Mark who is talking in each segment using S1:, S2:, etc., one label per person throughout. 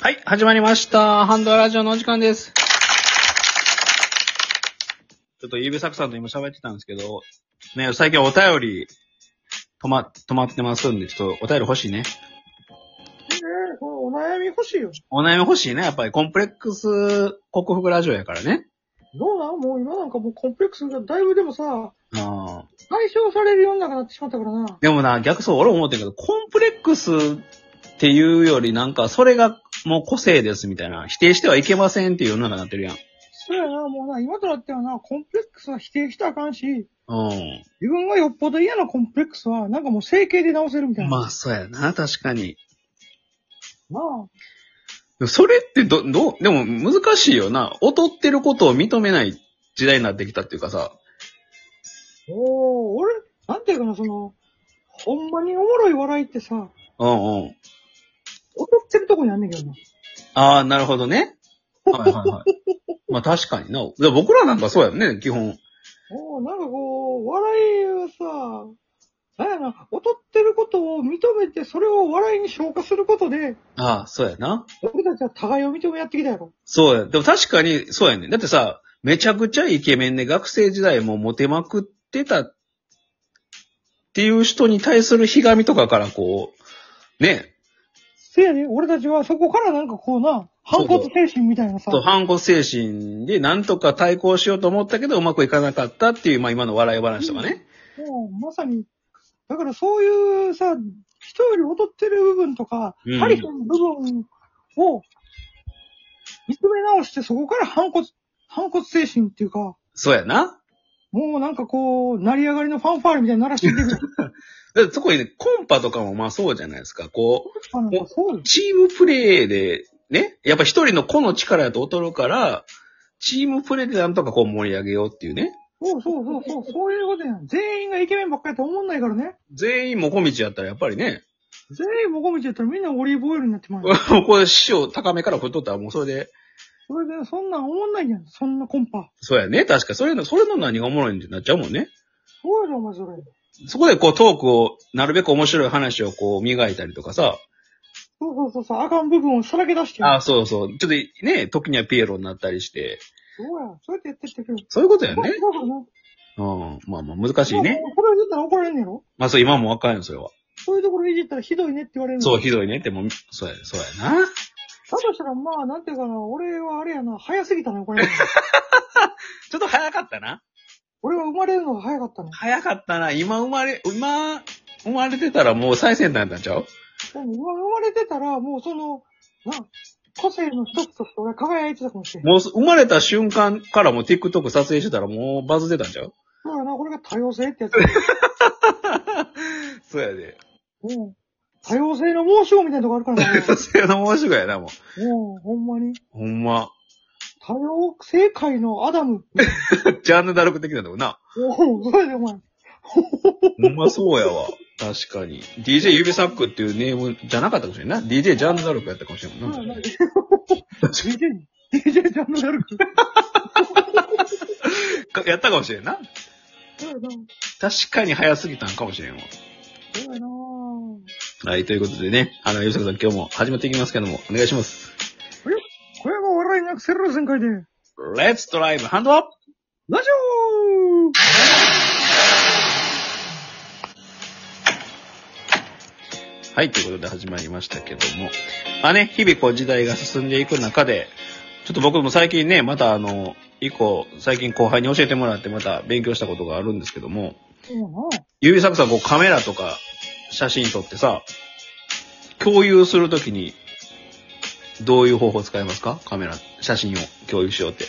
S1: はい、始まりました。ハンドアラジオのお時間です。ちょっとゆうべさくさんと今喋ってたんですけど、ね、最近お便り、止ま、止まってますんで、ちょっとお便り欲しいね。
S2: ねえ、これお悩み欲しいよ。
S1: お悩み欲しいね。やっぱりコンプレックス克服ラジオやからね。
S2: どうなんもう今なんかもうコンプレックスがだいぶでもさ、
S1: ああ。
S2: 解消されるようになってしまったからな。
S1: でもな、逆そう、俺も思ってんけど、コンプレックスっていうよりなんか、それがもう個性ですみたいな、否定してはいけませんっていう世の中になってるやん。
S2: そうやな、もうな、今となってはな、コンプレックスは否定したらあかんし、
S1: うん。
S2: 自分がよっぽど嫌なコンプレックスは、なんかもう整形で直せるみたいな。
S1: まあ、そうやな、確かに。
S2: なあ。
S1: それってど、どう、でも難しいよな。劣ってることを認めない時代になってきたっていうかさ。
S2: おー、俺、なんていうかな、その、ほんまにおもろい笑いってさ、
S1: うんうん。
S2: 踊ってるとこにあんねんけどな。
S1: ああ、なるほどね。はいはいはい。まあ確かにな。で僕らなんかそうやんね、基本。
S2: おー、なんかこう、笑いはさ、なんやな、劣ってることを認めて、それを笑いに消化することで、
S1: ああ、そうやな。
S2: 俺たちは互いを認めやってきたやろ。
S1: そうや。でも確かにそうやね。だってさ、めちゃくちゃイケメンで学生時代もモテまくってたっていう人に対するひがみとかからこう、ね、
S2: せやで、俺たちはそこからなんかこうな、
S1: そう
S2: 反
S1: そう
S2: 骨精神みたいなさ、
S1: と反骨精神でなんとか対抗しようと思ったけどうまくいかなかったっていう、まあ今の笑い話とかね。
S2: もうまさに、だからそういうさ、人より劣ってる部分とか
S1: うん、
S2: ハリコンの部分を見つめ直して、そこから反骨、反骨精神っていうか、
S1: そうやな。
S2: もうなんかこう、成り上がりのファンファーレみたいに鳴らしていく る。
S1: だってそこにね、コンパとかもまあそうじゃないですか。こ
S2: あのそうよ
S1: う、チームプレーで、ね、やっぱ一人の個の力やと劣るから、チームプレーでなんとかこう盛り上げようっていうね。
S2: そうそうそうそう、そういうことやん。全員がイケメンばっかりやと思んないからね。
S1: 全員もこみちやったらやっぱりね、
S2: 全員もこみちやったらみんなオリーブオイルになってまうよ。
S1: これ師匠高めから振っとったらもうそれで、
S2: それで、そんなん思んないやん、そんなコンパ。
S1: そうやね。確かそれの、それの何がおもろいんってなっちゃうもんね。
S2: そうやろ、お前それ。
S1: そこでこうトークを、なるべく面白い話をこう磨いたりとかさ、
S2: そうそうそうそう、あかん部分をさらけ出して。
S1: ああ、そうそう。ちょっとね、時にはピエロになったりして、
S2: そうや、そうやってやってってくる。
S1: そういうことや
S2: そう
S1: ね。
S2: そうそうね。
S1: うん。まあまあ難しいね。
S2: もうこれいじったら怒られんねやろ
S1: まあそう、今もわかるよ、それは。
S2: そういうところいじったらひどいねって言われるの
S1: そう、
S2: だ
S1: ひどいね。でも、そうや、そうやな。
S2: としたら、まあ、なんていうかな、俺はあれやな、早すぎたな、怒られるの。
S1: ちょっと早かったな。
S2: 俺は生まれるのが早かったの。
S1: 早かったな。今生まれ、今、生まれてたらもう最先端になっちゃう
S2: でも今生まれてたら、もうその、な、個性の一つとして俺は輝いてたかもしれん。
S1: もう生まれた瞬間からもう TikTok 撮影してたらもうバズってたんちゃう
S2: そうやな、これが多様性ってやつ。
S1: そうやで。
S2: うん。多様性の申し子みたいなとこあるからな。
S1: そうやな、面白いやな、もう。
S2: うん、ほんまに。
S1: ほんま。
S2: 多様性界のアダム。
S1: ジャンヌダルク的なんだもんな。
S2: おお、そうやで、お前。
S1: ほんまそうやわ。確かに。DJ 指サックっていうネームじゃなかったかもしれんな。DJ ジャンヌダルクやったかもしれんもんな。
S2: DJ、DJ ジャンヌ・ダルク。
S1: かやったかもしれんな。
S2: そうやな。
S1: 確かに早すぎたんかもしれんわ。
S2: そうやな。
S1: はい、ということでね、あの、ゆうさくさん今日も始まっていきますけども、お願いします。
S2: これが笑いなくせる旋回で。
S1: Let's drive! ハンドアップ
S2: ラジオ
S1: はい、ということで始まりましたけども。まあね、日々こう時代が進んでいく中で、ちょっと僕も最近ね、またあの、以降、最近後輩に教えてもらってまた勉強したことがあるんですけども、
S2: そうやな。
S1: 指作さんこうカメラとか写真撮ってさ、共有するときに、どういう方法使いますかカメラ、写真を共有しようって。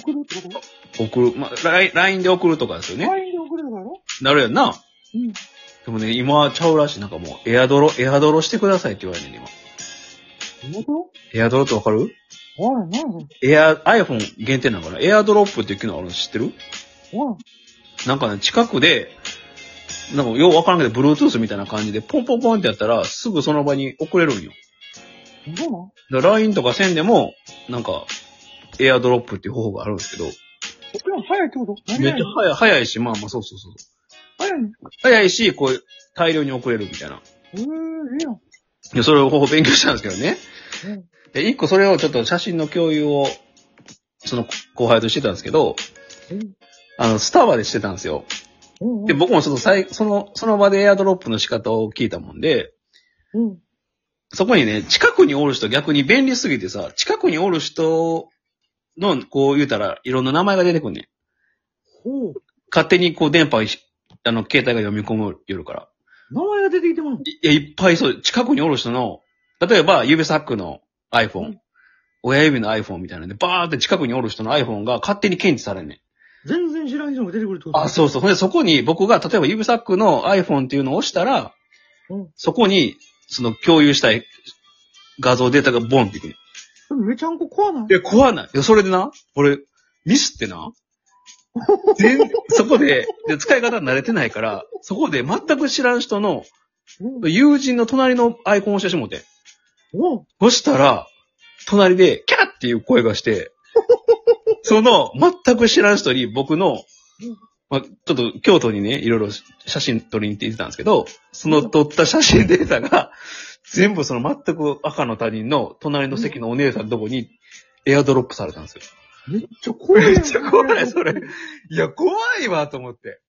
S2: 送るってこと
S1: 送る、まあ、ライン LINE で送るとかですよね。
S2: ?LINE で送れるからよ。
S1: なるやんな。
S2: うん。
S1: でもね、今はちゃうらしい。なんかもう、エアドロ、エアドロしてくださいって言われてんねん、今。
S2: 本
S1: エアドロってわかる
S2: 当あれ、なんやそ
S1: エア、iPhone 限定なのかなエアドロップっていう機能あるの知ってる
S2: れ。あ
S1: なんかね、近くで、なんかようわからんけど、Bluetooth みたいな感じで、ポンポンポンってやったら、すぐその場に送れるんよ。
S2: ら、そうな
S1: だ
S2: ん
S1: から LINE とかせんでも、なんか、エアドロップっていう方法があるんですけど、
S2: 送るの早いってこと何
S1: めっ
S2: 々
S1: ちゃ早い、早いし、まあまあそうそうそう。
S2: 早いね。
S1: 早いし、こう、大量に送れるみたいな。
S2: えー、いいやん。
S1: いや、それを方法勉強したんですけどね。で、一個それをちょっと写真の共有を、その後輩としてたんですけど、あの、スタバでしてたんですよ。
S2: うん。
S1: で、僕もその最、その、その場でエアドロップの仕方を聞いたもんで、
S2: うん。
S1: そこにね、近くにおる人逆に便利すぎてさ、近くにおる人の、こう言うたら、いろんな名前が出てくんねん。
S2: ほう。
S1: 勝手にこう電波をし、あの、携帯が読み込むよるから。
S2: 名前が出てきてもらう。
S1: いいや、いっぱいそう、近くにおる人の、例えば、指サックの
S2: う
S1: iPhone
S2: ん、
S1: 親指の iPhone みたいなんで、バーって近くにおる人の iPhone が勝手に検知されんねん。
S2: 全然知らん人が出てくるってこと
S1: あ、そうそう。ほんで、そこに僕が、例えば指サックの iPhone っていうのを押したら、
S2: うん
S1: そこに、その共有したい画像データがボンっていくねん。
S2: でもめちゃんこ怖ない
S1: い。や、怖ない。いや、それでな、俺、ミスってな、全そこでで、使い方慣れてないから、そこで全く知らん人の、
S2: うん
S1: 友人の隣のアイコンを押してしもて。
S2: おう
S1: そしたら、隣で、キャーっていう声が して、その、全く知らん人に僕の
S2: うん、
S1: まあ、ちょっと京都にね、いろいろ写真撮りに行って行ってたんですけど、その撮った写真データが、全部その全く赤の他人の隣の席のお姉さんのとこに、エアドロップされたんですよ。
S2: めっちゃ怖いや ん。
S1: めっちゃ怖い それいや、怖いわ、と思って。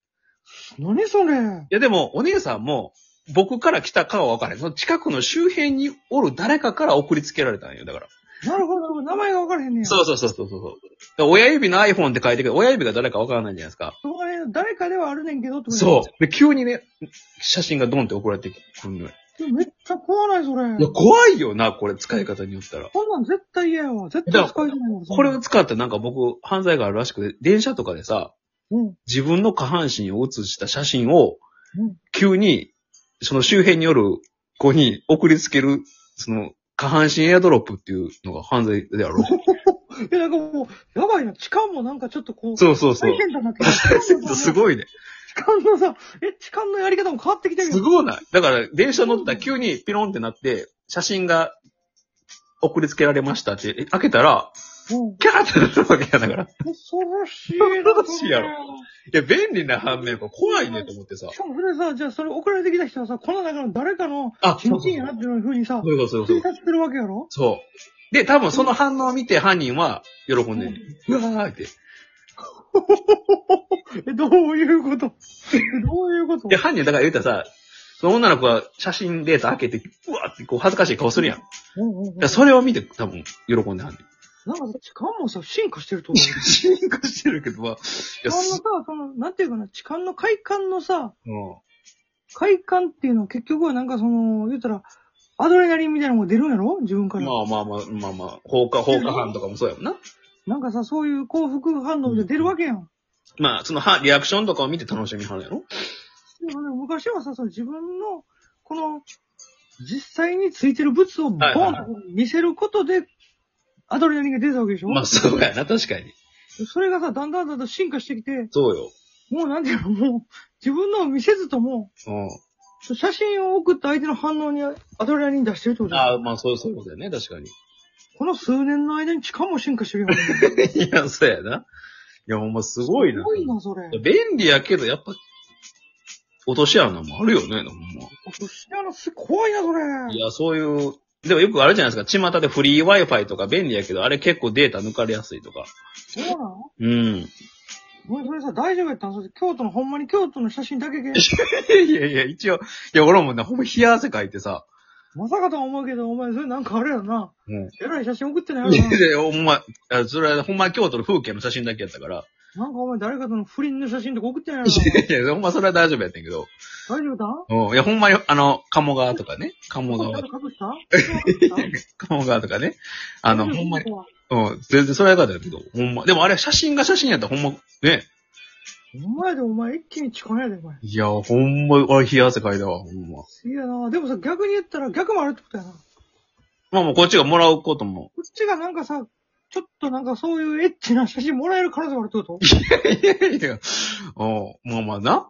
S2: 何それ。
S1: いや、でも、お姉さんも、僕から来たかは分からへん。その近くの周辺におる誰かから送りつけられたんよ、だから。
S2: なるほどなるほど、名前が分からへんねや。
S1: そうそうそうそうそう。だから親指の iPhone って書いてるけど、親指が誰かわからないじゃないですか。
S2: そこら辺誰かではあるねんけどってこと
S1: う。で、急にね、写真がドンって送られてくるのよ。
S2: う。めっちゃ怖ない、それ。
S1: いや、怖いよな、これ、使い方によったら。
S2: こんなん絶対嫌やわ。絶対使いたくないわ。
S1: これ
S2: う
S1: を
S2: ん。
S1: 使ったらなんか僕、犯罪があるらしくて、電車とかでさ、
S2: うん。
S1: 自分の下半身を写した写真を
S2: うん、
S1: 急に、その周辺による子に送りつける、その、下半身エアドロップっていうのが犯罪であ ろう。
S2: いや、なんかもう、やばいな。痴漢もなんかちょっとこう、
S1: そうそうそう
S2: 大。変だなって。痴漢の
S1: す
S2: い。
S1: ごいね。
S2: 痴漢のさ、え、痴漢のやり方も変わってきてるよ
S1: すごいない。だから、電車乗ったら急にピロンってなって、写真が送りつけられましたって、え開けたら、
S2: うん。
S1: キャーってなるわけやだから。い
S2: 恐ろしいな。
S1: 恐ろしいやろや、便利な反面、これ怖いねと思ってさ
S2: し。かもそれさ、じゃあそれ送られてきた人はさ、この中の誰かの、
S1: あ、
S2: チ
S1: そ
S2: ン
S1: うそ
S2: チ
S1: う
S2: ンやなっていうふうにさ、
S1: いうこと、そういうことそういう
S2: 推
S1: こと。
S2: 察するわけやろ
S1: そう。で、多分その反応を見て犯人は喜んでる。うわーって。
S2: え、どういうこと えどういうこと
S1: で、犯人だから言うたらさ、その女の子が写真データ開けて、うわーってこう恥ずかしい顔するやん。だか
S2: うんうんうん
S1: らそれを見て多分喜んで犯人。
S2: なんかさ、痴漢もさ、進化してると思う。痴
S1: 進化してるけど、まあ、いや、
S2: 漢の
S1: す
S2: さ、その、なんていうかな、痴漢の快感のさ、
S1: うん。
S2: 快感っていうのは結局はなんかその、言ったら、アドレナリンみたいなのも出るんやろ自分から。
S1: まあまあまあ、まあまあ、放火、放火犯とかもそうやもんな。
S2: なんかさ、そういう幸福反応で出るわけやん。
S1: まあ、その、は、リアクションとかを見て楽しみはるやろ
S2: でもね昔はさ、その自分の、この、実際についてる物をボ
S1: はいはい
S2: ーンと見せることで、アドレナリンが出てたわけでしょ、
S1: まあ、そうやな、確かに。
S2: それがさ、だんだんだんだん進化してきて、
S1: そうよ。
S2: もうなんていうの、もう、自分のを見せずとも、
S1: う
S2: 写真を送った相手の反応にアドレナリン出してるってこと
S1: ん。
S2: だよ
S1: ああ、まあ、そう、そういうことやね、確かに。
S2: この数年の間に痴漢も進化してるよ ね。
S1: いや、そうやな。いや、ほんま、すごい な。
S2: すごいな、それ。
S1: いや便利やけど、やっぱ、落とし穴もあるよね、ほん
S2: 知らなす、怖いな、それ。
S1: ま。いや、そういう、でもよくあるじゃないですか、巷でフリー Wi-Fi とか便利やけど、あれ結構データ抜かれやすいとか。
S2: そうなの
S1: うん。
S2: ごめん、それさ、大丈夫やったのそれ京都の、ほんまに京都の写真だけで、
S1: いやいやいや、一応、いや、俺もね、ほんま冷や汗かいてさ、
S2: まさかとは思うけど、お前、それなんかあれやな。
S1: うん。
S2: えらい写真送ってない
S1: い
S2: よ
S1: やいや、ほんま、あそれはほんま京都の風景の写真だけやったから。
S2: な。なんかお前誰かとの不倫の写真とか送ってないよな。
S1: いやいや、ほんまそれは大丈夫やったんやけど。
S2: 大丈夫だ
S1: うん。いや、ほんまに、あの、鴨川とかね。鴨
S2: こん
S1: 川
S2: なの、隠した隠した
S1: 鴨川とかね。 あの、ほんまに、
S2: に。ほ
S1: うん。全然それはよかったんやけど、ほんま。でもあれ、写真が写真やったらほんま、ね。
S2: んまやで、お前一気に痴漢やで、お前。
S1: いや、ほんま、あれ、冷や汗かいたわ、ほんま。
S2: すげえな。でもさ、逆に言ったら逆もあるってことやな。こ
S1: まあもうこっちがもらうことも。
S2: っちがなんかさ、ちょっとなんかそういうエッチな写真もらえる可能性もあるってこと
S1: いやいや、うん。まあまあな。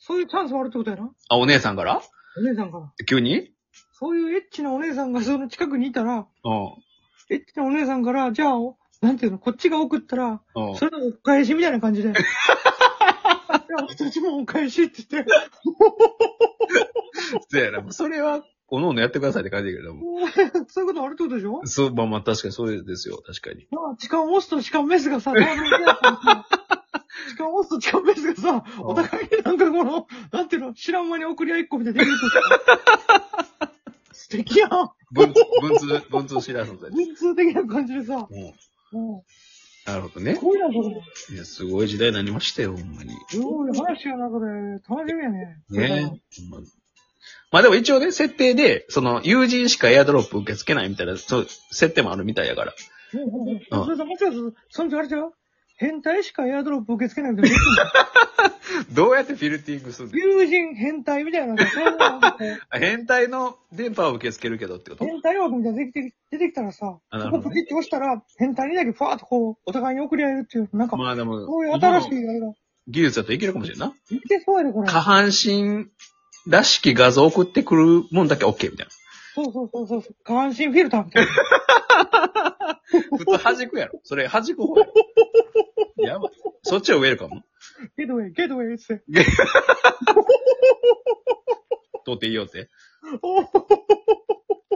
S2: そういうチャンスもあるってことやな。
S1: あ、お姉さんから
S2: お姉さんから。
S1: 急に
S2: そういうエッチなお姉さんがその近くにいたら、
S1: うん。
S2: エッチなお姉さんから、じゃあ、なんていうの、こっちが送ったら、
S1: うん。
S2: それのお返しみたいな感 じで。いや私たちもお返しって言って。
S1: そうやな。それは、おのおのやってくださいって感じだけども。
S2: そういうことあるってことでしょ
S1: そう、まあまあ確かにそうですよ、確かに。
S2: まあ、痴漢オスと痴漢メスがさ、同時にやってるさ痴漢オスと痴漢メスがさ、お互いになんかこの、なんていうの、知らん間に送り合いっこみたいなできると素敵やん。
S1: 文、文通、文通知らずで。
S2: 人数的な感じでさ、
S1: も
S2: も
S1: う、なるほど
S2: う、
S1: ね
S2: す。ごいな、それ。
S1: いや、すごい時代になりましたよ、ほんまに。
S2: すごい話やな、これ。楽しみやね。
S1: ねえ。ほんままあでも一応ね、設定で、その、友人しかエアドロップ受け付けないみたいな、そう、設定もあるみたいやから。
S2: うんうんうん
S1: うん
S2: それさ、もちろん、その時あれちゃう変態しかエアドロップ受け付けないみたいな。
S1: どうやってフィルティングするの
S2: 友人変態みたいなさ、そういうのがこう
S1: あ変態の電波を受け付けるけどってこと
S2: 変態枠みたいなの出てきて出てきたらさ、
S1: あな
S2: そ
S1: る
S2: こ
S1: ほ
S2: ポ
S1: ど
S2: キッて押したら、変態にだけファーっとこう、お互いに送り合えるっていう、なんか、
S1: まあでも、
S2: そういう新し
S1: 今の
S2: いやりが、
S1: 技術だといけるかもしれんな。
S2: いけそうやね、これ。
S1: 下半身らしき画像送ってくるもんだけ OK みたい
S2: そうそうそうそう。下半身フィルターみたいな。
S1: な。普通弾くやろ。それ弾く方やろ。やばい。そっちはウェルカム。
S2: ゲートウェイ、ゲートウェイっつって。
S1: 通っていいよって。
S2: おー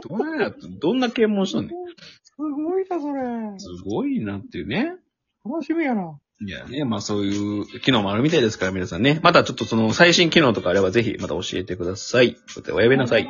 S1: どんなやつ、どんな検問しとんねん。
S2: すごいな、それ。
S1: すごいなっていうね。
S2: 楽しみやな。
S1: いやね、まあそういう機能もあるみたいですから、皆さんね。またちょっとその最新機能とかあればぜひまた教えてください。おやめなさい。。